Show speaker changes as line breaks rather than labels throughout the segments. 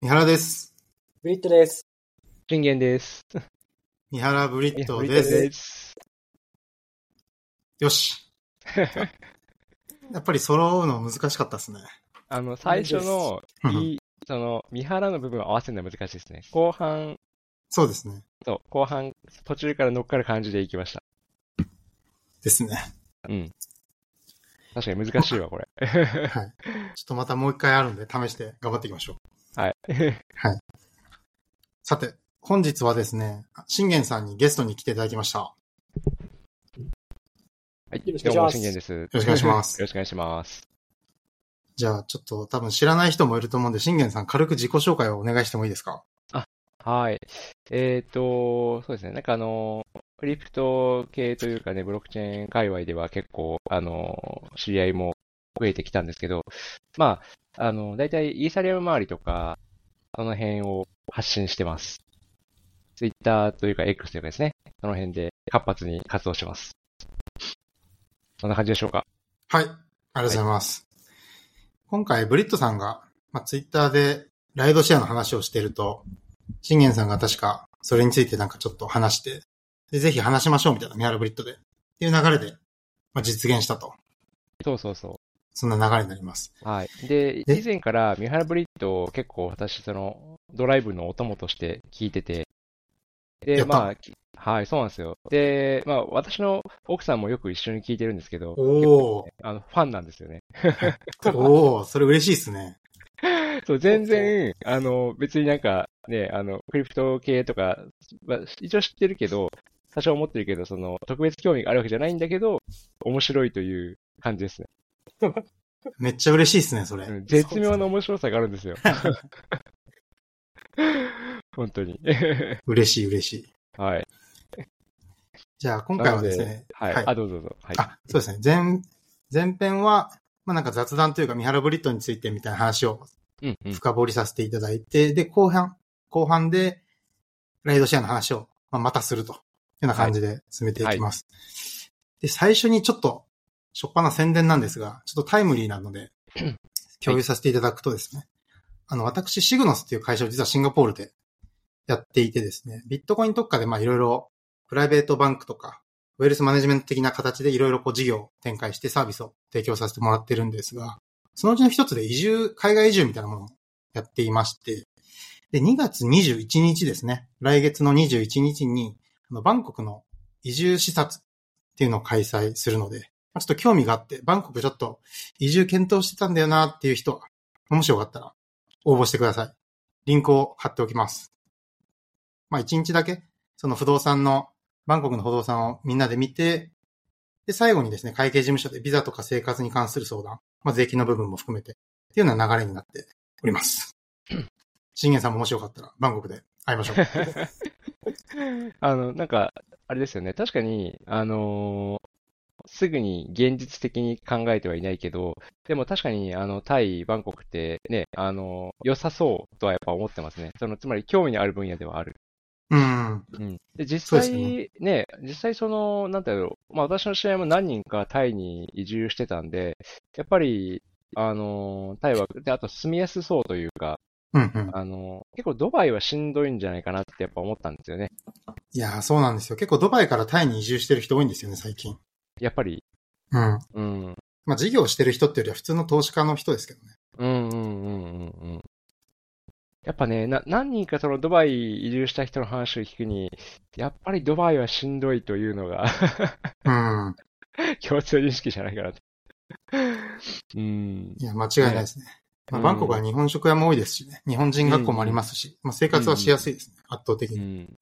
三原です。
ブリットです。
純元です。
三原ブリット
い
で
やブリ
す。
ットす。
よ し。やっぱり揃うの難しかったですね。
あの、最初の、いい、その、三原の部分を合わせるのは難しいですね。後半、
そうですね。
そう、後半、途中から乗っかる感じでいきました。
ですね。
うん。確かに難しいわ、これ。
ちょっとまたもう一回あるんで試して頑張っていきましょう。
はい。
さて、本日はですね、信玄さんにゲストに来ていただきました。
はい、
よろしく
ど
お
う
願
も、
いします
純元です。よろ
しくお願いします
よろしくお願いします。
じゃあ、ちょっと多分知らない人もいると思うんで、信玄さん軽く自己紹介をお願いしてもいいですか
はい。えっ、と、そうですね。なんかあの、クリプト系というかね、ブロックチェーン界隈では結構、あの、知り合いも増えてきたんですけど、まあ、あの、大体イーサリアム周りとか、その辺を発信してます。ツイッターというか X というかですね、その辺で活発に活動してます。そんな感じでしょうか。
はい。ありがとうございます。今回、ブリットさんが、まあ、ツイッターでライドシェアの話をしていると、信玄さんが確かそれについてなんかちょっと話して、でぜひ話しましょうみたいな、ミハルブリットで。っていう流れで、まあ、実現したと。
そうそうそう。
そんな流れになります。
はい。で、
え
以前から、三原ブリッドを結構私、その、ドライブのお供として聞いてて、
や
で、
った
まあ、きはい、そうなんですよ。で、まあ、私の奥さんもよく一緒に聞いてるんですけど、結
お
構
ー
ねあの、ファンなんですよね。
おおそれ嬉しいですね。
そう、全然、あの、別になんか、ね、あの、クリプト系とか、まあ、一応知ってるけど、多少思ってるけど、その、特別興味があるわけじゃないんだけど、面白いという感じですね。
めっちゃ嬉しいですね、それ。
うん絶妙な面白さがあるんで すよ。本当に。
嬉しい、嬉しい。
はい。
じゃあ、今回はですね。
はい。あ、どうぞどうぞ。はい。
あ、そうですね。前、前編は、まあ、なんか雑談というか、ミハルブリットについてみたいな話を
うんうん。
深掘りさせていただいて、で、後半、後半で、ライドシェアの話を、まあ、またするというような感じで進めていきます。で、最初にちょっと、しょっぱな宣伝なんですが、ちょっとタイムリーなので、共有させていただくとですね、あの、私、シグノスっていう会社を実はシンガポールでやっていてですね、ビットコイン特化で、まあ、いろいろ、プライベートバンクとか、ウェルスマネジメント的な形でいろいろこう事業を展開してサービスを提供させてもらってるんですが、そのうちの一つで移住、海外移住みたいなものをやっていまして、で、2月21日ですね、来月の21日に、あの、バンコクの移住視察っていうのを開催するので、まあちょっと興味があって、バンコクちょっと移住検討してたんだよなっていう人は、もしよかったら応募してください。リンクを貼っておきます。まあ、1日だけ、その不動産の、バンコクの不動産をみんなで見て、で、最後にですね、会計事務所でビザとか生活に関する相談、まあ、税金の部分も含めて、っていうような流れになっております。信玄さんももしよかったら、バンコクで会いましょう。
あの、なんか、あれですよね。確かに、あのーすぐに現実的に考えてはいないけど、でも確かに、あの、タイ、バンコクってね、あの良さそうとはやっぱ思ってますね。その、つまり興味のある分野ではある。
うん。
うん。
そ
で、
う
実
です
際
よ
ね、実際その、なんだろう、まあ私の試合も何人かタイに移住してたんで、やっぱり、あの、タイは、で、あと住みやすそうというか、
うんうん。
あの、結構ドバイはしんどいんじゃないかなってやっぱ思ったんですよね。
いやー、そうなんですよ。結構ドバイからタイに移住してる人多いんですよね、最近。
やっぱり、
うん。
うん、
まあ、事業してる人っていうよりは普通の投資家の人ですけどね。
うん、うん、うん、うん、うん。やっぱね、な、何人かそのドバイ移住した人の話を聞くに、やっぱりドバイはしんどいというのが
うん。
共通認識じゃないかなと。うん。
いや、間違いないですね。まあ、
うん
バンコクは日本食屋も多いですしね。日本人学校もありますし、まあ、生活はしやすいですね。圧倒的
う
に。
ん。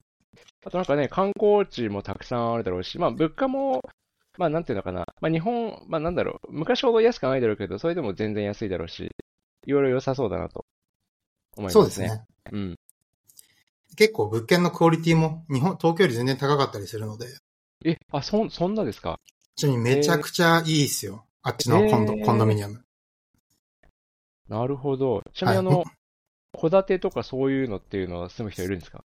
あとなんかね、観光地もたくさんあるだろうし、まあ物価も、まあなんていうのかな、まあ日本、まあなんだろう、昔ほど安くはないだろうけど、それでも全然安いだろうし、いろいろ良さそうだなと思い
そう
ま
です
すね。
ね。
うん。
結構物件のクオリティも日本、東京より全然高かったりするので、
え、あ、そん、そんなですか
ちなみにめちゃくちゃいいですよ。あっちのコンド、
へー
コンドミニアム。
なるほど。ちなみにあ
は
の、戸建てとかそういうのっていうのは住む人いるんですか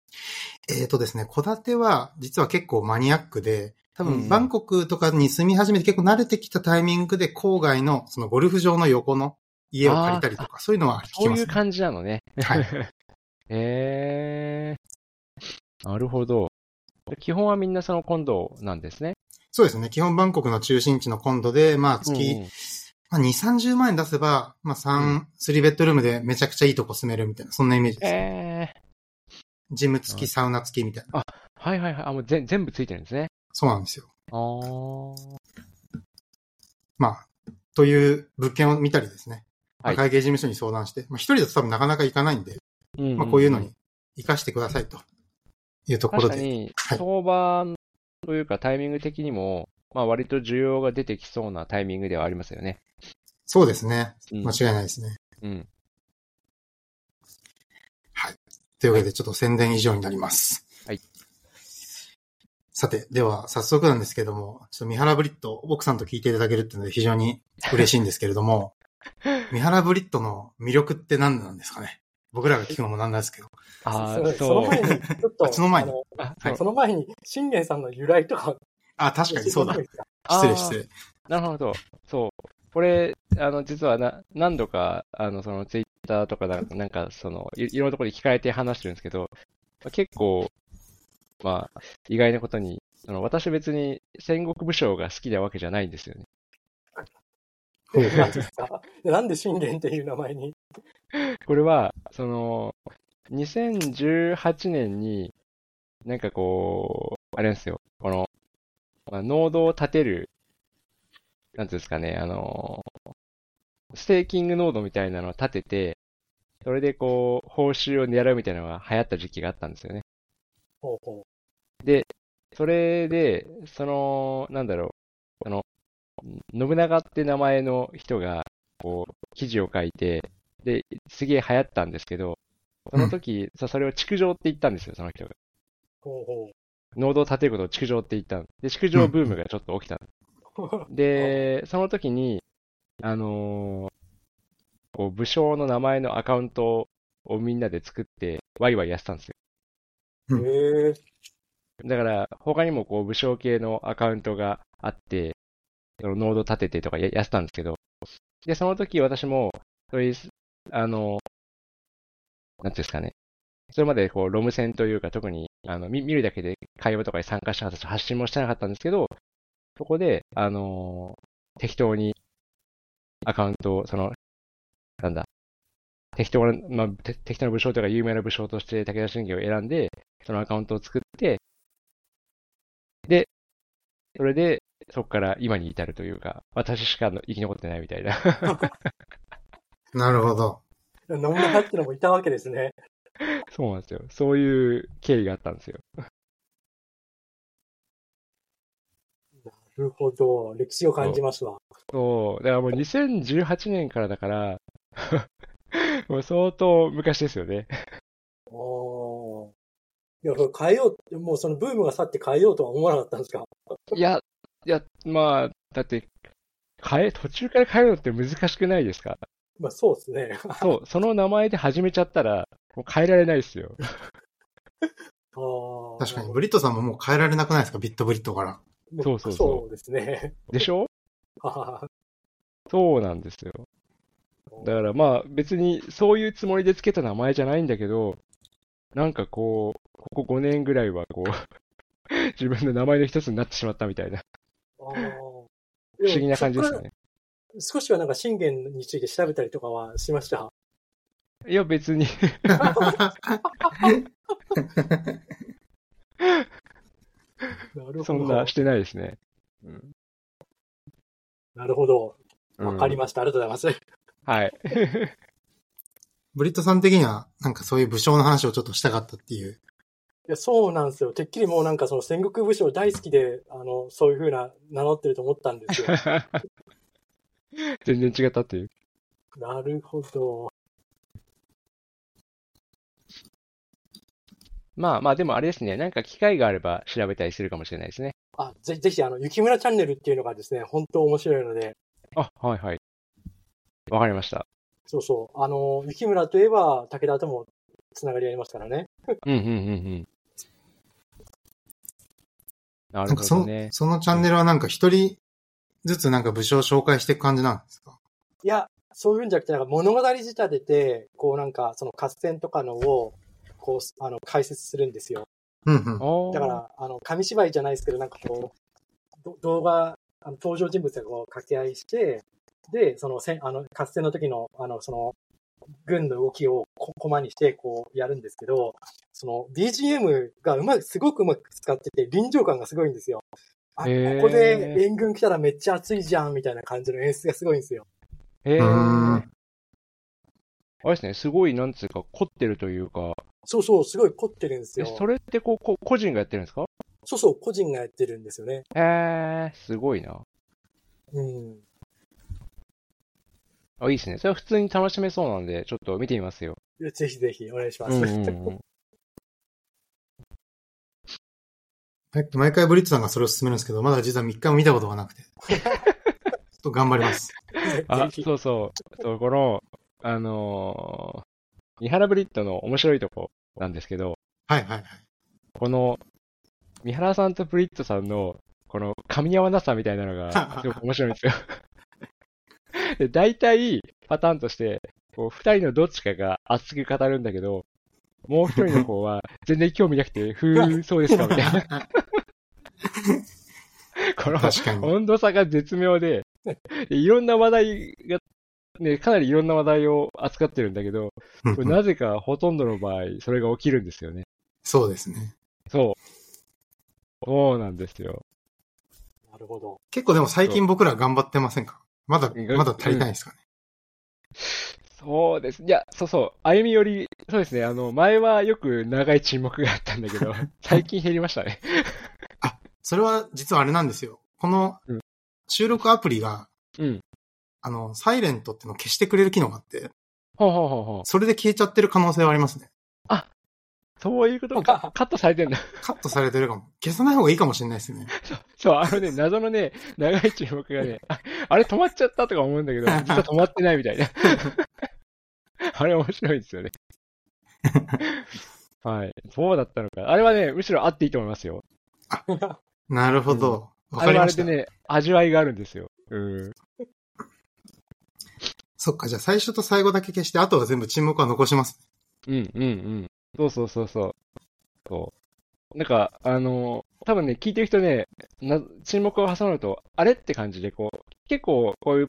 えーとですね、戸建ては実は結構マニアックで、多
うんう
分
ん
バンコクとかに住み始めて結構慣れてきたタイミングで郊外のそのゴルフ場の横の家を借りたりとか、そういうのは聞
そ
き
う
ま
い
す
う
ね、
感じなのね。
はい。
えー、なるほど。基本はみんなその今度なんですね。
そうですね。基本バンコクの中心地の今度で、まあ月、
うんうん
まあ、2、30万円出せば、まあ
う
3、3ベッドルームでめちゃくちゃいいとこ住めるみたいな、そんなイメージです。
えー、
ジム付き、サウナ付きみたいな。
はいはいはい。あ、もうぜ全部ついてるんですね。
そうなんですよ。
あー。
まあ、という物件を見たりですね。まあ
はい
会計事務所に相談して、まあ一人だと多分なかなか行かないんで、
うんん
まあこういうのに活かしてくださいというところ
確か
で。
に
は、い
相場というかタイミング的にも、まあ割と需要が出てきそうなタイミングではありますよね。
そうですね。
うん
間違いないですね。
うん。
というわけでちょっと宣伝以上になります。
はい。
さて、では早速なんですけども、ちょっと三原ブリット、奥さんと聞いていただけるっていうので非常に嬉しいんですけれども、 三原ブリットの魅力って何なんですかね僕らが聞くのもなんなんですけど。
あ
そ
あ、
うその
そう
前。に、ちょっ
あ
と、
その前に
あ
あは
の
い
その前に、信玄さんの由来とか、
あ、確かにそうだ。
教え
失
てもら
礼失
あ
礼。
ーなるほど。そう。これ、あの、実はな、何度か、あの、その、ツイッターとかなんか、なんか、その、いいろんなところで聞かれて話してるんですけど、まあ結構、まあ、意外なことに、あの私別に戦国武将が好きなわけじゃないんですよね。
ほう
えてマジですかで なんで信玄っていう名前に。
これは、その、2018年に、なんかこう、あれなんですよ、この、まあ、ノードを立てる、なんていうんですかね、あの、ステーキングノードみたいなのを立てて、それでこう、報酬を狙うみたいなのが流行った時期があったんですよね。
ほうほ
それで、その、なんだろう、あの、信長って名前の人が、こう、記事を書いて、で、すげえ流行ったんですけど、その時、さそれを築城って言ったんですよ、その人が。
うほ
農道を建てることを築城って言ったんで、築城ブームがちょっと起きたんで
うほう。
す。で、その時に、あのーこう武将の名前のアカウントをみんなで作って、ワイワイやってたんですよ。
へえ
だから、他にもこう、武将系のアカウントがあって、そのノード立ててとかややってたんですけど、で、その時私も、そういう、あの、なんていうんですかね、それまでこう、ロム線というか、特に、あの、見見るだけで会話とかに参加しなかったし、発信もしてなかったんですけど、そこで、あの、適当に、アカウントを、その、なんだ、適当な、まあ、て適当な武将というか、有名な武将として武田信玄を選んで、そのアカウントを作って、それで、そこから今に至るというか、私しかの生き残ってないみたいな。
なるほど。
野村さんってのもいたわけですね。
そうなんですよ。そういう経緯があったんですよ。
なるほど。歴史を感じますわ。
そう。だからもう2018年からだから、 もう相当昔ですよね。
おーいや、これ変えようって、もうそのブームが去って変えようとは思わなかったんですか
いや、いや、まあ、だって、変え、途中から変えるのって難しくないですか
まあそうですね。あ
そう、その名前で始めちゃったら、もう変えられないですよ。
ー
確かに、ブリットさんももう変えられなくないですかビットブリットから。
も
そうそうそう
そうですね。
でしょ
あー
そうなんですよ。だからまあ別にそういうつもりでつけた名前じゃないんだけど、なんかこう、ここ5年ぐらいはこう、 自分の名前の一つになってしまったみたいな、
あ
不
ー
思議な感じです
でもそっから
ね。
少しはなんか信玄について調べたりとかはしました。
いや別に、
なるほど。
そんなしてないですね。
なるほど。わかり
ま
ました。ありがとうございます。
す。はい。
ブリットさん的には、なんかそういう武将の話をちょっとしたかったっていう。
いや、そうなんですよ。てっきりもうなんかその戦国武将大好きで、あの、そういうふうな名乗ってると思ったんです よ。
全然違ったっていう。
なるほど。
まあまあでもあれですね、なんか機会があれば調べたりするかもしれないですね。
あ、ぜぜひ、あの、雪村チャンネルっていうのがですね、本当面白いので、
あ、はいはい。わかりました。
そうそう。あの、雪村といえば武田ともつながりありますからね。
うんうんうんうん。な
な
る
んか
ほ
そ
ど
の、
ね。
そのチャンネルはなんか一人ずつなんか武将を紹介していく感じなんですか
いや、そういうんじゃなくて、なんか物語仕立てて、こうなんか、その合戦とかのを、こう、あの、解説するんですよ。
うんうん。
だから、あの、紙芝居じゃないですけど、なんかこう、ど動画、あの登場人物がこう掛け合いして、で、その、せんあの、合戦の時の、あの、その、軍の動きをこコマにして、こう、やるんですけど、その、BGM がうまく、すごくうまく使ってて、臨場感がすごいんですよ。あ、こ
へー
こで援軍来たらめっちゃ熱いじゃん、みたいな感じの演出がすごいんですよ。
え
うん。
ーあれですね、すごい、なんつうか、凝ってるというか、
そうそう、すごい凝ってるんです
え
よ。
それってこう、こ個人がやってるんですか
そうそう、個人がやってるんですよね。
えー、すごいな。
うん。
あ、いいですね。それは普通に楽しめそうなんで、ちょっと見てみますよ。
ぜひぜひ、お願いしま
う
す。
んうん うん。
はい毎回ブリッツさんがそれを勧めるんですけど、まだ実は3日も見たことがなく て。ちょっと頑張ります。
あ、
ぜひ
そうそう。そう、この、あのー、三原ブリッドの面白いとこなんですけど、
はいはいはい。
この、三原さんとブリッドさんの、この、噛み合わなさみたいなのが、すごく面白いんですよ。で、大体、パターンとして、こう、二人のどっちかが熱く語るんだけど、もう一人の方は、全然興味なくて、ふー、そうですか、みた いな。この、
確かに。
温度差が絶妙で、でいろんな話題が、ね、かなりいろんな話題を扱ってるんだけど、
うん
これ
うん
なぜかほとんどの場合、それが起きるんですよね。
そうですね。
そう。そうなんですよ。
なるほど。
結構でも最近僕ら頑張ってませんかまだ、まだ足りないですかね。
そうです。いや、そうそう。歩み寄り、そうですね。あの、前はよく長い沈黙があったんだ けど、最近減りましたね。
それは実はあれなんですよ。この
うん
収録アプリが、
うん
あの、サイレントっていうのを消してくれる機能があって、
ほうほうほうほう。
それで消えちゃってる可能性はありますね。
そういうこと か。カットされてんだ。
カットされてるかも。消さない方がいいかもしれないですね。
そう、あ のね、謎のね、長い沈黙がね、ああれ止まっちゃったとか思うんだけ ど、実は止まってないみたいな。 あれ面白い ですよね。はい。そうだったのか。あれはね、むしろあっていいと思いますよ。
なるほど。わ、か
あれ
り
は
ま
あれ
した。
でね、味わいがあるんですよ。うん。
そっか、じゃあ最初と最後だけ消して、あとは全部沈黙は残します。
うん、うん、うん。そうそうそうそう。そう。なんか、あのー多分ね、聞いてる人ね、な沈黙を挟むと、あれって感じで、こう、結構、こういう、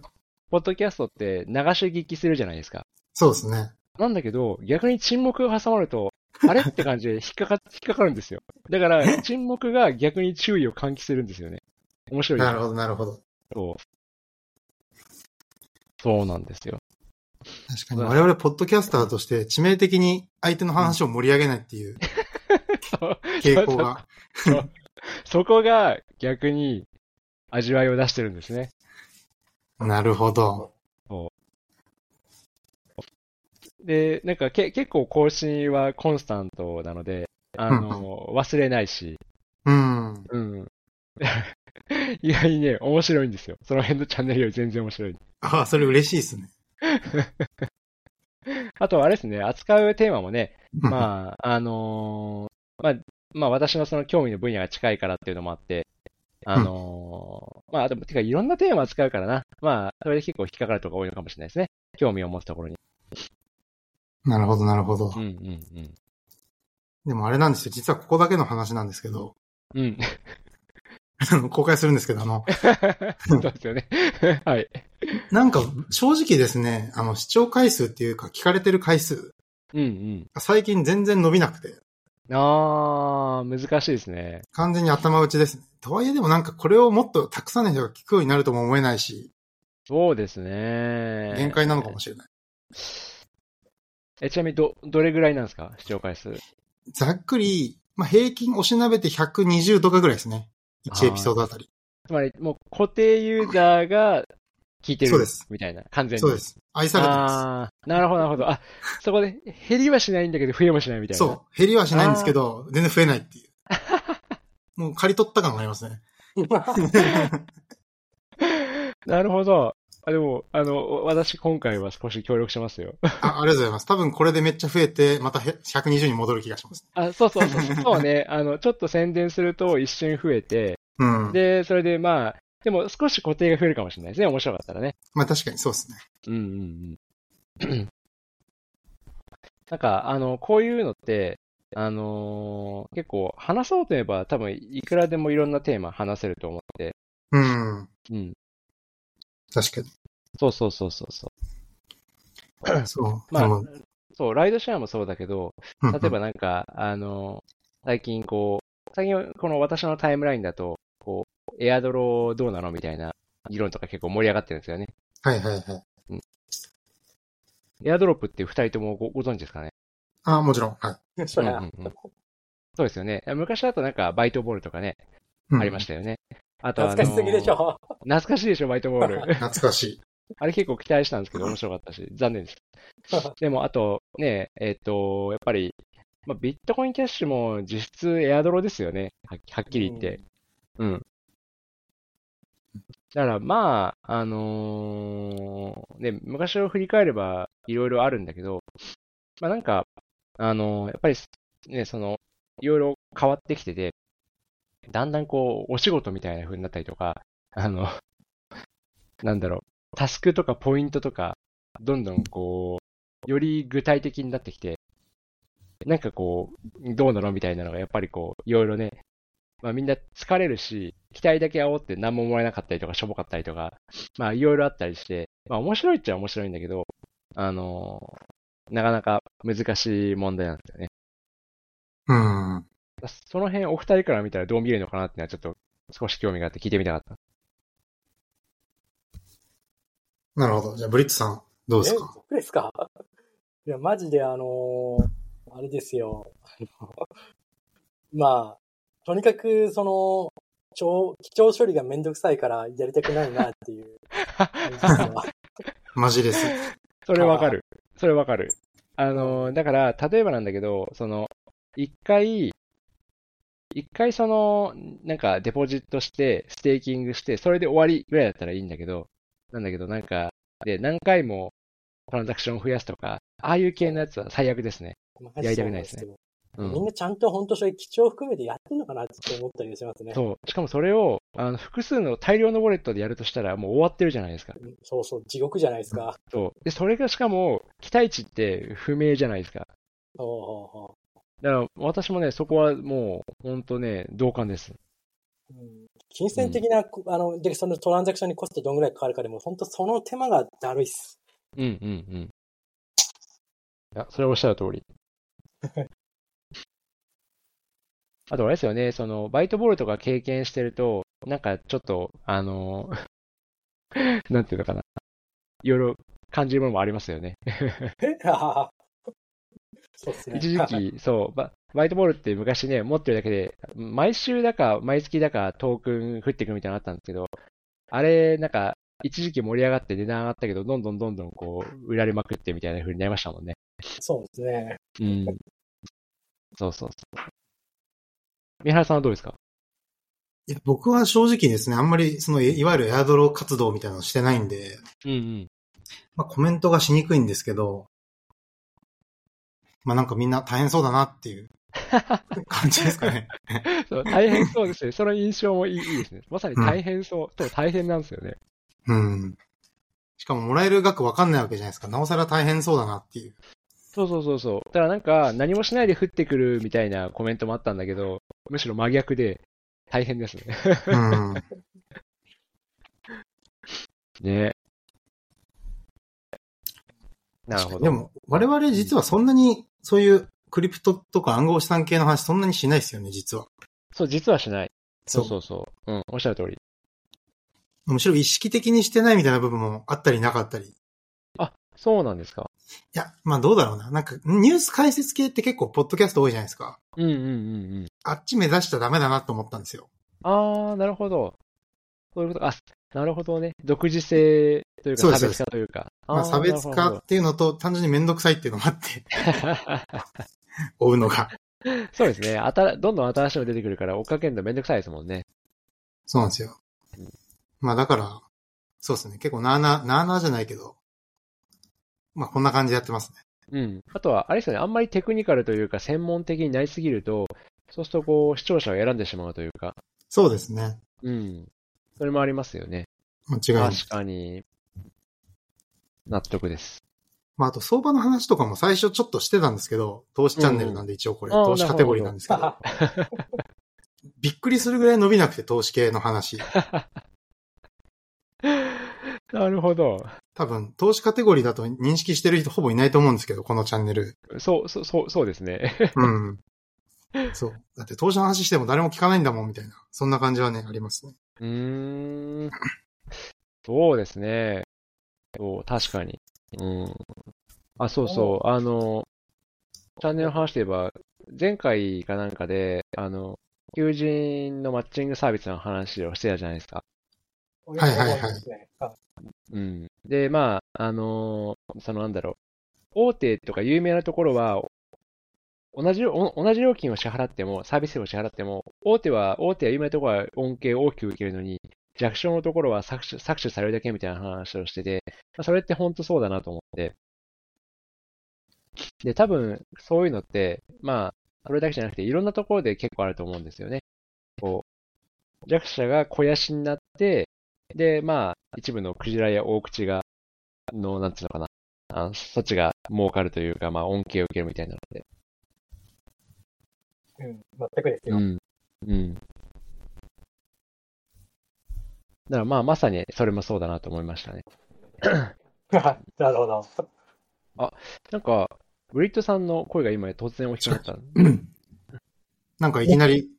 ポッドキャストって流し聞きするじゃないですか。
そうですね。
なんだけど、逆に沈黙が挟まると、あれって感じで 引っかか、引っかかるんですよ。だから、沈黙が逆に注意を喚起するんですよね。面白いです
なるほど、なるほど。
そう。そうなんですよ。
確かに。我々、ポッドキャスターとして、致命的に相手の話を盛り上げないって いう
そう
傾向が。
そこが逆に味わいを出してるんですね。
なるほど。
で、なんかけ結構更新はコンスタントなので、あの、忘れないし、
うん。
うん。 意外にね、面白いんですよ。その辺のチャンネルより全然面白い。
ああ、それ嬉しいですね。
あと、あれですね、扱うテーマもね、
あ、
まあ、あのーまあ、まあ、私のその興味の分野が近いからっていうのもあって、あのーまあ、でも、てか、いろんなテーマ扱うからな。まあ、それで結構引っかかるとこ多いのかもしれないですね。興味を持つところに。
なるほど、なるほど
うん、。うん、うん。
でもあれなんですよ。実はここだけの話なんですけど、
うん。
あの公開するんですけど、あの、
そうですよね。はい。
なんか正直ですね、あの、視聴回数っていうか聞かれてる回数、
うん、
最近全然伸びなくて、
うん。あー、難しいですね。
完全に頭打ちですね。とはいえでもなんかこれをもっとたくさんの人が聞くようになるとも思えないし、
そうですね。
限界なのかもしれない。
え、ちなみに、ど、どれぐらいなんですか視聴回数。
ざっくり、まあ、平均押しなべて120とかぐらいですね。1エピソードあたり。
つまり、もう固定ユーザーが聞いてる。
そうです。
みたいな、完全に。
そうです。愛されてま
ああー、なるほど、なるほど。あ、そこで、減りはしないんだけど、増えもしないみたい
す。
な。
そう。減りはしないんですけど、全然増えないっていう。もう借り取った感がありますね。
なるほど。あ、でも、あの、私、今回は少し協力しますよ。
あありがとうございます。多分これでめっちゃ増えて、またへ120に戻る気がします。
あ、そうそ うそう。そうね。あの、ちょっと宣伝すると一瞬増えて、
うん。
で、それでまあ、でも少し固定が増えるかもしれないですね。面白かったらね。
まあ確かにそうですね。
うん うんうん。なんか、あの、こういうのって、あのー結構話そうといえば多分いくらでもいろんなテーマ話せると思って、
うん。
うん。
確かに。
そうそうそうそうそう。
そう。
まあ
でも
そう、ライドシェアもそうだけど、
うん
例えばなんか、あの、最近こう、最近この私のタイムラインだと、こう、エアドロどうなのみたいな議論とか結構盛り上がってるんですよね。
はいはいはい。
エアドロップって二人ともごご存知ですかね
ああ、もちろん。はい。
そり
う
ゃ
んうんうんそうですよね。昔だとなんかバイトボールとかね、
うん
ありましたよね。あとあの
懐かしすぎでしょ。
懐かしいでしょ、バイトボール。
懐かしい。
あれ結構期待したんですけど、面白かったし、残念です。でも、あと、ね、えっ、と、やっぱり、まあ、ビットコインキャッシュも実質エアドロですよね。はっはっきり言って。うん。だから、まあ、あのーね、昔を振り返れば、いろいろあるんだけど、まあ、なんか、あのーやっぱり、ね、その、いろいろ変わってきてて、だんだんこう、お仕事みたいな風になったりとか、あの、なんだろう、タスクとかポイントとか、どんどんこう、より具体的になってきて、なんかこう、どうなのみたいなのが、やっぱりこう、いろいろね、まあみんな疲れるし、期待だけ煽って何ももらえなかったりとか、しょぼかったりとか、まあいろいろあったりして、まあ面白いっちゃ面白いんだけど、あのーなかなか難しい問題なんですよね。
うん。
その辺お二人から見たらどう見えるのかなってのはちょっと少し興味があって聞いてみたかった。
なるほど。じゃあ、ブリッツさん、どうです
え
か
僕ですかいや、マジであのーあれですよ。あのまあ、とにかく、その、超、基調処理がめんどくさいからやりたくないなっていう感じですよ。
マジです。
それわかる。それわかる。あのー、だから、例えばなんだけど、その、一回、一回その、なんかデポジットして、ステーキングして、それで終わりぐらいだったらいいんだけど、なんだけど、なんか、で、何回もトランザクションを増やすとか、ああいう系のやつは最悪ですね。
マジ
やりたくないですね
そうなんけ
う
どみん
ん。
なちゃんと本当それ基調含めてやってんのかなって思ったりしますね。
そう。しかもそれを、あの、複数の大量のウォレットでやるとしたら、もう終わってるじゃないですか。
そうそう、地獄じゃないですか。
そう。で、それがしかも、期待値って不明じゃないですか。
ほうほうほ
だから、私もね、そこはもう、ほんとね、同感です。
ううん金銭的な、こあの、で、そのトランザクションにコストどんぐらいかかるかでも、本当その手間がだるいっす。
うんうんうん。いや、それはおっしゃる通り。 あとあれですよね、その、バイトボールとか経験してると、なんかちょっと、あの、 なんていうのかな。いろいろ感じるものもありますよね。
そうですね。
一時期、そう、ババイトボールって昔ね、持ってるだけで、毎週だか、毎月だか、トークン降ってくるみたいなのあったんですけど、あれ、なんか、一時期盛り上がって値段上がったけど、どんどんどんどんこう、売られまくってみたいな風になりましたもんね。
そうですね。
うん。そうそうそう。三原さんはどうですか
いや、僕は正直ですね、あんまり、その、いいわゆるエアドロ活動みたいなのしてないんで、
うんうん。
まあ、コメントがしにくいんですけど、まあ、なんかみんな大変そうだなって いう感じですかね。
そう、大変そうですね。その印象もいいいいですね。まさに大変そう。そう、大変なんですよね。
うん。しかも、もらえる額わかんないわけじゃないですか。なおさら大変そうだなっていう。
そうそうそうそう。だからなんか、何もしないで降ってくるみたいなコメントもあったんだけど、むしろ真逆で、大変ですね。
うん。
ねなるほど。
でも、我々実はそんなに、そういうクリプトとか暗号資産系の話そんなにしないですよね、実は。
そう、実はしない。そう
う
そうそう。うん、おっしゃる通り。
むしろ意識的にしてないみたいな部分もあったりなかったり。い
そうなんですか。
や、まあどうだろうな。なんか、ニュース解説系って結構、ポッドキャスト多いじゃないですか。
うんうんうんうん。
あっち目指しちゃダメだなと思ったんですよ。
あー、なるほど。そういうことか。あ、なるほどね。独自性という
そうで
か、
す
差別化というか。
まあ
ー
差別
な
化
るほ
っていうのと、単純にめんどくさいっていうのもあって、 追うのが。
ど そうですね。あたら、どんどん新しいの出てくるから、追っかけるのめんどくさいですもんね。
そうなんですよ。まあだから、そうですね。結構なーなー、なーなーじゃないけど、まあこんな感じでやってますね。
うん。あとは、あれですよね。あんまりテクニカルというか、専門的になりすぎると、そうすると、こう、視聴者を選んでしまうというか。
そうですね。
うん。それもありますよね。
間違いない。
確かに。納得です。
まあ、あと相場の話とかも最初ちょっとしてたんですけど、投資チャンネルなんで一応これ、
うん
投資カテゴリーなんですけ ど、
あ
びっくりするぐらい伸びなくて投資系の話。
なるほど。
多分、投資カテゴリーだと認識してる人ほぼいないと思うんですけど、このチャンネル。
そう、そう、そう、そうですね。
うん。 そう。だって投資の話しても誰も聞かないんだもん、みたいな。そんな感じはね、ありますね。
うーん。そうですね。そう、確かに。うん。あ、そうそう。あの、チャンネルの話で言えば、前回かなんかで、あの、求人のマッチングサービスの話をしてたじゃないですか。
はい
はいはい
あ
うん。で、まあ、あのーそのなんだろう。大手とか有名なところは、同じ、お同じ料金を支払っても、サービス料を支払っても、大手は、大手や有名なところは恩恵を大きく受けるのに、弱小のところは搾取搾取されるだけみたいな話をしてて、まあそれって本当そうだなと思って。で、多分、そういうのって、まあ、それだけじゃなくて、いろんなところで結構あると思うんですよね。こう、弱者が肥やしになって、で、まあ、一部のクジラや大口が、の、なんていうのかな、あのそっちが儲かるというか、まあ、恩恵を受けるみたいなので。
うん、全くですよ。
ん。うん。だからまあ、まさにそれもそうだなと思いましたね。
なるほど。
なんか、ブリットさんの声が今突然大きくなった。
なんかいきなり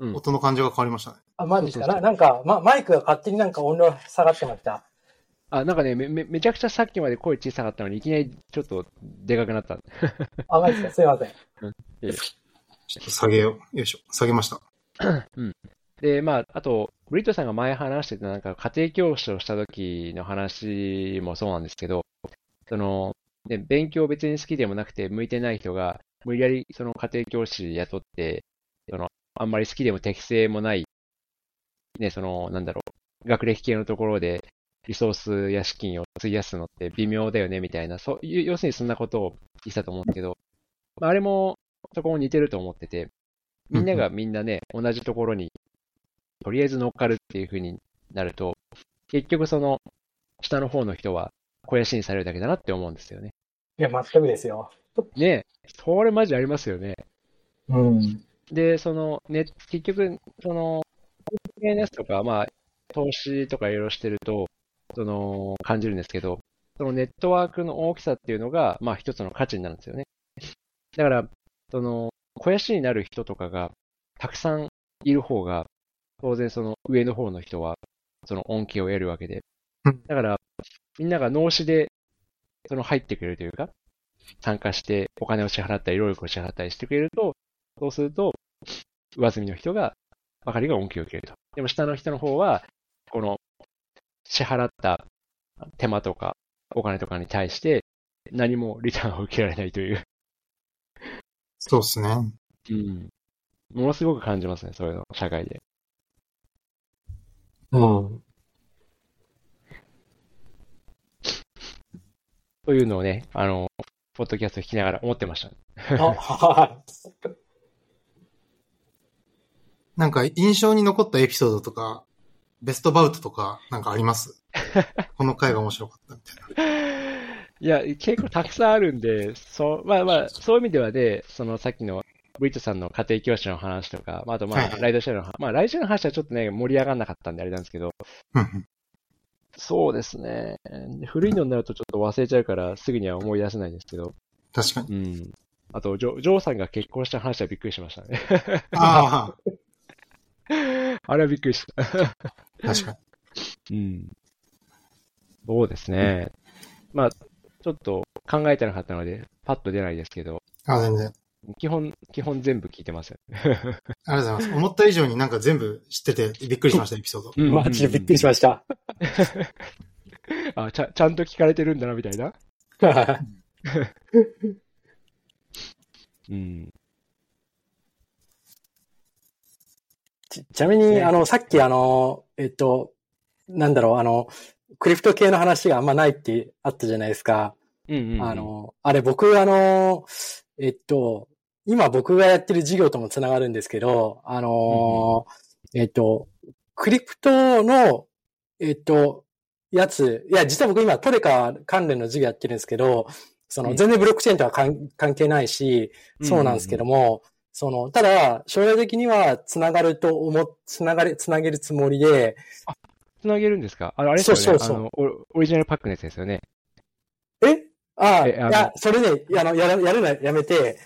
うん
音の感じが変わりましたね。
あ、マジですか。
そうそうそ
ななんか、ま、マイクが勝手になんか音量下がってました。
あ、なんかねめ、め、めちゃくちゃさっきまで声小さかったのに、いきなりちょっとでかくなった。
あ、マジですか。すいません。
ちょっと下げよう。よいしょ。下げました。
で、まあ、あと、ブリットさんが前話してた、なんか、家庭教師をした時の話もそうなんですけど、その、ね、勉強別に好きでもなくて、向いてない人が、無理やり、その家庭教師雇って、その、あんまり好きでも適性もない、ね、その、なんだろう、学歴系のところで、リソースや資金を費やすのって微妙だよね、みたいな、そう、要要するにそんなことを言ってたと思うんですけど、まあ、あれも、そこも似てると思ってて、みんながみんなね、同じところにとりあえず乗っかるっていう風になると、結局その、下の方の人は肥やしにされるだけだなって思うんですよね。
いや、全くですよ。
ねえ、それマジありますよね。
うん。
で、その、ね、結局、その、SNS とか、まあ、投資とかいろいろしてると、その、感じるんですけど、そのネットワークの大きさっていうのが、まあ、一つの価値になるんですよね。だから、その、肥やしになる人とかが、たくさんいる方が、当然その上の方の人は、その恩恵を得るわけで
うん。
だから、みんなが脳死で、その入ってくれるというか、参加してお金を支払ったり、労力を支払ったりしてくれると、そうすると、上積みの人が、ばかりが恩恵を受けると。でも下の人の方は、この、支払った手間とか、お金とかに対して、何もリターンを受けられないという。
そうですね。
うん。ものすごく感じますね、そういうの、社会で。
うん。
というのをね、あの、ポッドキャスト聞きながら思ってました。
あ、はい。
なんか印象に残ったエピソードとか、ベストバウトとか、なんかあります この回が面白かったみたいな。
いや、結構たくさんあるんで、そう、まあまあ、そういう意味ではね、そのさっきの、ブリットさんの家庭教師の話とか、まあ、あとまあ、
はい
ライドシェアの話、まあ、ライドシェアの話はちょっとね、盛り上がんなかったんであれなんですけど、
うんうん
そうですね。古いのになるとちょっと忘れちゃうから、すぐには思い出せないんですけど。
確かに。
うん。あと、ジョジョーさんが結婚した話はびっくりしましたね。
あ
あれはびっくりした。
あ、確かに。
うん。そうですね。まあ、ちょっと考えてなかったので、パッと出ないですけど、
あ全然。
基本、基本全部聞いてますよね。
ありがとうございます。思った以上になんか全部知っててびっくりしました、エピソード。
マジでびっくりしました。
あちゃ、ちゃんと聞かれてるんだな、みたいな。うん。
ちちなみに、あの、さっきあの、えっと、なんだろう、あの、クリプト系の話があんまないってあったじゃないですか。
うんうんうん
あ、の、あれ僕、あの、えっと、今僕がやってる事業ともつながるんですけど、あの、えっと、クリプトの、えっと、やつ、いや、実は僕今トレカ関連の事業やってるんですけど、その、全然ブロックチェーンとは関関係ないし、そうなんですけども、その、ただ、将来的には繋がると思、繋がれ、繋げるつもりで、
繋げるんですかあの、あれですよね
そうそうそう
あのオ、オリジナルパックのやつですよね。
えああ、い
えあの
や、それね、あの、やら、やるのやめ て、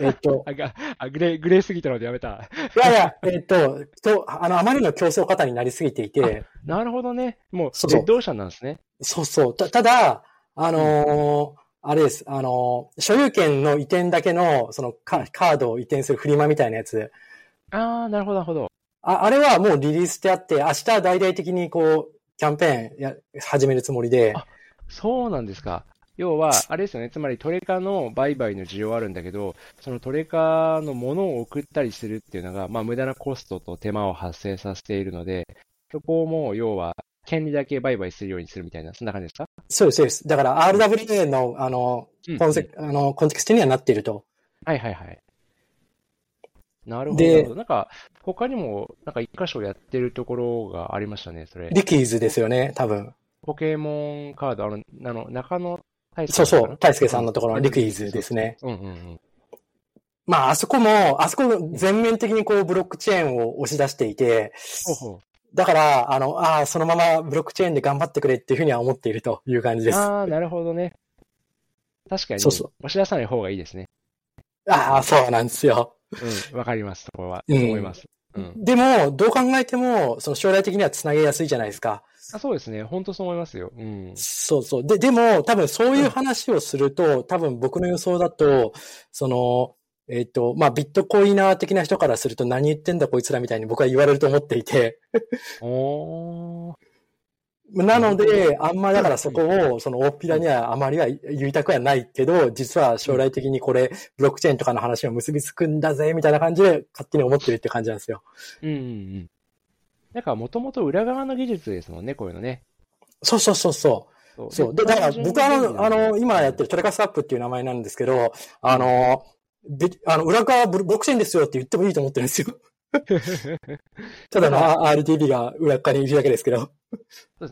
えっと、
あ、があグレー、グレーすぎたのでやめた。
いやいや、えっと、と、あの、あまりの競争過多になりすぎていて、
なるほどね。もう、
そうそう
自動車なんですね。
そうそう。た、ただ、あのーあれです。あのー所有権の移転だけの、そのカ、カードを移転するフリマみたいなやつ。
ああ、なるほど、なるほど。
あ、あれはもうリリースってあって、明日大々的にこう、キャンペーンや、始めるつもりで
あ、そうなんですか。要は、あれですよね。つまりトレカの売買の需要あるんだけど、そのトレカのものを送ったりするっていうのが、まあ無駄なコストと手間を発生させているので、そこをもう要は、権利だけ売買するようにするみたいな、そんな感じですか
そうです、そうです。だから RWA の、あの、
うん
コンセ、あの、コンテキストにはなっていると。
はいはいはい。なるほど。
で
なるほどなんか、他にも、なんか一箇所やってるところがありましたね、それ。
リキーズですよね、多分。
ポケモンカード、あの、あの中野大輔
そう
さん
そ
かな
う、大輔さんのところの
うん
リキーズですね。
うんうんうん。
まあ、あそこも、あそこ全面的にこう、ブロックチェーンを押し出していて、
ほうほ
だから、あの、ああ、そのままブロックチェーンで頑張ってくれっていうふうには思っているという感じ
う。
です。あ
ああ、なるほどね。確かに、
そうそう
押し出さない方がいいですね。
あ、そうなんですよ。
うん、わかります、そこは。
うん
思います。うん。
でも、どう考えても、その将来的には繋げやすいじゃないですか。
あ、そうですね。本当そう思いますよ。うん。
そうそう。で、でも、多分そういう話をすると、多分僕の予想だと、その、えっ、と、まあ、ビットコイナー的な人からすると何言ってんだこいつらみたいに僕は言われると思っていて、
おー。
なので、あんまだからそこを、その大っぴらにはあまりは言いたくはないけど、実は将来的にこれ、ブロックチェーンとかの話を結びつくんだぜ、みたいな感じで勝手に思ってるって感じなんですよ。
うんうんうん。なんか、もともと裏側の技術ですもんね、こういうのね。
そうそうそうそう。
そう
そう。で、だから僕はあの、あの、今やっ てるトレカスアップっていう名前なんですけど、あの、べあの、裏側はブロブロックチェーンですよって言ってもいいと思ってるんですよ。 ただのあ RTB が裏側にいるだけですけど。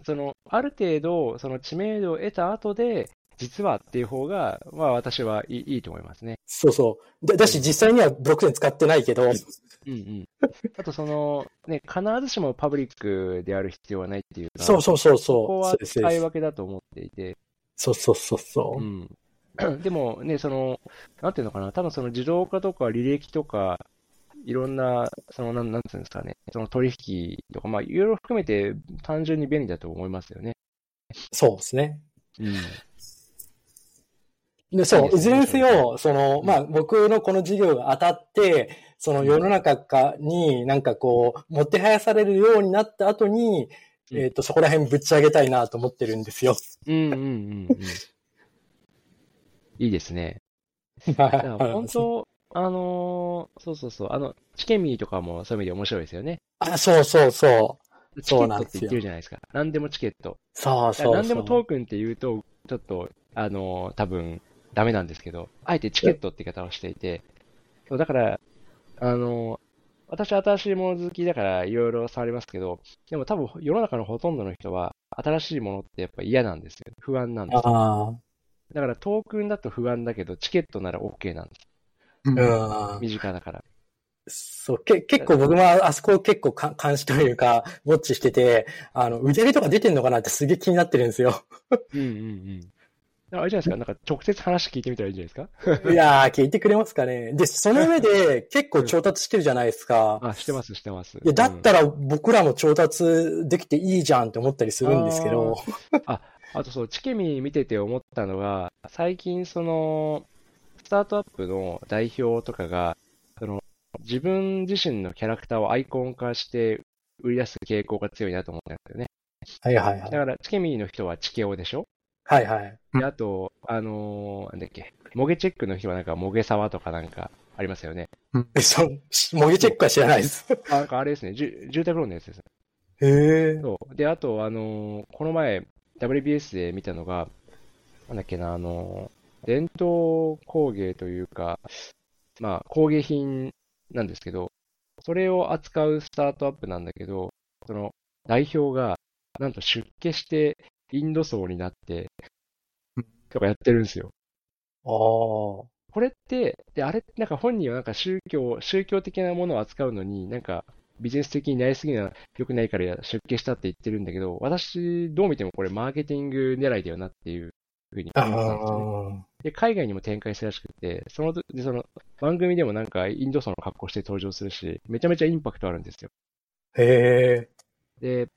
その、ある程度、その知名度を得た後で、実はっていう方が、まあ私はいいいいと思いますね。
そうそう。だだし、実際にはブロックチェーン使ってないけど、
うんうん。 あとその、ね、必ずしもパブリックである必要はないっていうか、
そうそうそう
ここ
そう。
は
そうです
使い分けだと思っていて、
そうそうそうそうう。
ん。 でもね、その、なんていうのかな、多分その自動化とか履歴とか、いろんな、その、なん、なんていうんですかね、その取引とか、まあいろいろ含めて単純に便利だと思いますよね。
そうですね。
うん。
で、そ、
いいうで
い
す
ず
ね
れにせよ、その、
うん
まあ、僕のこの事業が当たって、その世の中かになんかこう、もてはやされるようになった後に、
うん
えっ、と、そこら辺ぶち上げたいなと思ってるんですよ。
うんうんうんうん。いいです ね。だから本当、あのーそうそうそう、あの、チケミーとかもそういう意味で面白いですよね。
あ、そうそうそう。
チケ
そう
ッ
なん
ト
で
っ
す
て言っ
よ
てるじゃないですか。何でもチケット。
そう
だから
そう
何で
そ
も
う。
トークンって言うと、ちょっと、あのー多分、ダメなんですけど、あえてチケットって言い方をしていて、そうだから、あのー私、新しいもの好きだから、いろいろ触りますけど、でも多分、世の中のほとんどの人は、新しいものってやっぱ嫌なんですよ。不安なんですよ
ああ、
だからトークンだと不安だけど、チケットなら OK なんです。
うん
うん。
身近だから。
そう、け、結構僕もあそこを結構か監視というか、ウォッチしてて、あの、売り上げとか出てんのかなってすげえ気になってるんで すよ。
うんうんうん。だからあれじゃないですか、なんか直接話聞いてみたらいいんじゃないですか。
いやー、聞いてくれますかね。で、その上で結構調達してるじゃないですか。
あ、してます、してます。
いや、だったら僕らも調達できていいじゃんって思ったりするんですけど。
うんあとそう、チケミ見てて思ったのが、最近その、スタートアップの代表とかが、その、自分自身のキャラクターをアイコン化して売り出す傾向が強いなと思ったんですよね。
はいはいは
だ
い。
から、チケミの人はチケオでしょ
はいはい。
うん
で、あと、あのーなんだっけ、モゲチェックの日はなんか、モゲサワとかなんかありますよね。
え、そう、模擬チェックは知らないです。へ
あなんかあれですね、じゅ住宅ローンのやつですね。
え。
そう。で、あと、あのーこの前、WBS で見たのが、なんだっけな、あのー伝統工芸というか、まあ、工芸品なんですけど、それを扱うスタートアップなんだけど、その代表が、なんと出家してインド層になって
うん、
とかやってるんですよ。
ああ。
これって、で、あれってなんか本人はなんか宗教、宗教的なものを扱うのに、なんかビジネス的になりすぎるのは良くないから出家したって言ってるんだけど、私どう見てもこれマーケティング狙いだよなっていうふうに
あ
思ったんですよね。で、海外にも展開したらしくて、その時、でその番組でもなんかインド層の格好して登場するし、めちゃめちゃインパクトあるんですよ。
へえ。
で、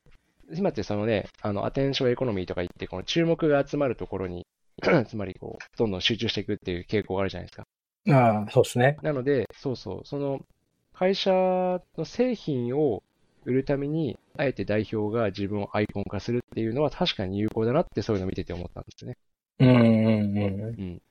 今ってそのね、あの、アテンションエコノミーとか言って、この注目が集まるところに、 つまりこう、どんどん集中していくっていう傾向があるじゃないですか。
ああ、そうですね。
なので、そうそう、その会社の製品を売るために、あえて代表が自分をアイコン化するっていうのは確かに有効だなってそういうのを見てて思ったんですね。
うんうんうん。
うん。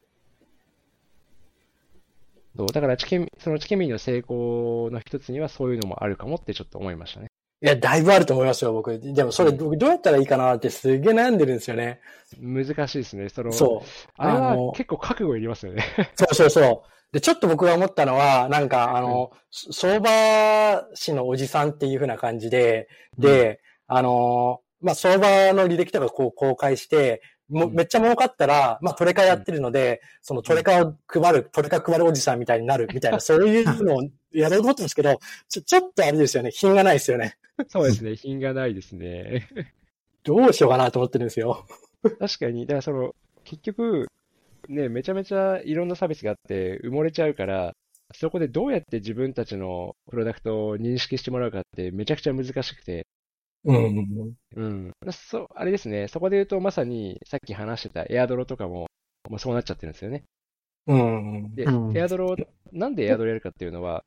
そう、だからチケミ、そのチケミの成功の一つにはそういうのもあるかもってちょっと思いましたね。
いや、だいぶあると思いますよ、僕。でもそれ、
うん
僕どうやったらいいかなってすげえ悩んでるんですよね。
難しいですね。その、
そう。
あれ
あ
は
の
結構覚悟いりますよ ね。
そうそうそう。で、ちょっと僕が思ったのは、なんか、あの、そ相場師のおじさんっていう風な感じで、で、あの、まあ、相場の履歴とかこう公開して、も
うん
めっちゃ儲かったら、まあ、トレカやってるので、そのトレカを配る、トレカ配るおじさんみたいになるみたいな、そういうのを やろうと思ってますけど、ちょ、ちょっとあれですよね、品がないですよね。
そうですね。品がないですね。
どうしようかなと思ってるんですよ。
確かに、だからその、結局、ね、めちゃめちゃいろんなサービスがあって埋もれちゃうから、そこでどうやって自分たちのプロダクトを認識してもらうかってめちゃくちゃ難しくて、
うん。
うん。そう、あれですね、そこで言うとまさにさっき話してたエアドロとかも、もうそうなっちゃってるんですよね。
うん。
で、
うん
エアドロ、なんでエアドロやるかっていうのは、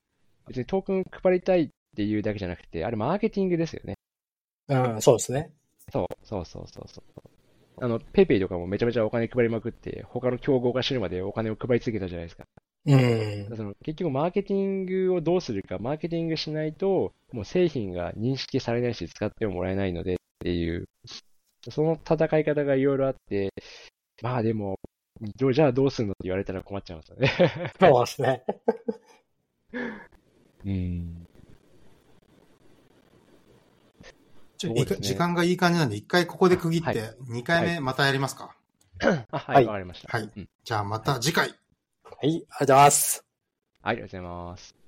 別にトークン配りたいっていうだけじゃなくて、あれマーケティングですよね。
うん、そうですね。
そう、そうそうそうそう。あの、ペイペイとかもめちゃめちゃお金配りまくって、他の競合が死ぬまでお金を配り続けたじゃないですか。
うん
だからその結局マーケティングをどうするか、マーケティングしないと、もう製品が認識されないし、使ってももらえないのでっていう、その戦い方がいろいろあって、まあでも、どうじゃあどうするのって言われたら困っちゃいますよね。
そうですね。
うん。
ちょ
そう
いい
で
か
すね
時間がいい感じなんで、一回ここで区切っ
は
て、二回目またやりますか。
あ、は、
はいい
わかりました。
はい
うん。
じゃあまた次回。
はい、ありがとうございます。
ありがとうございます。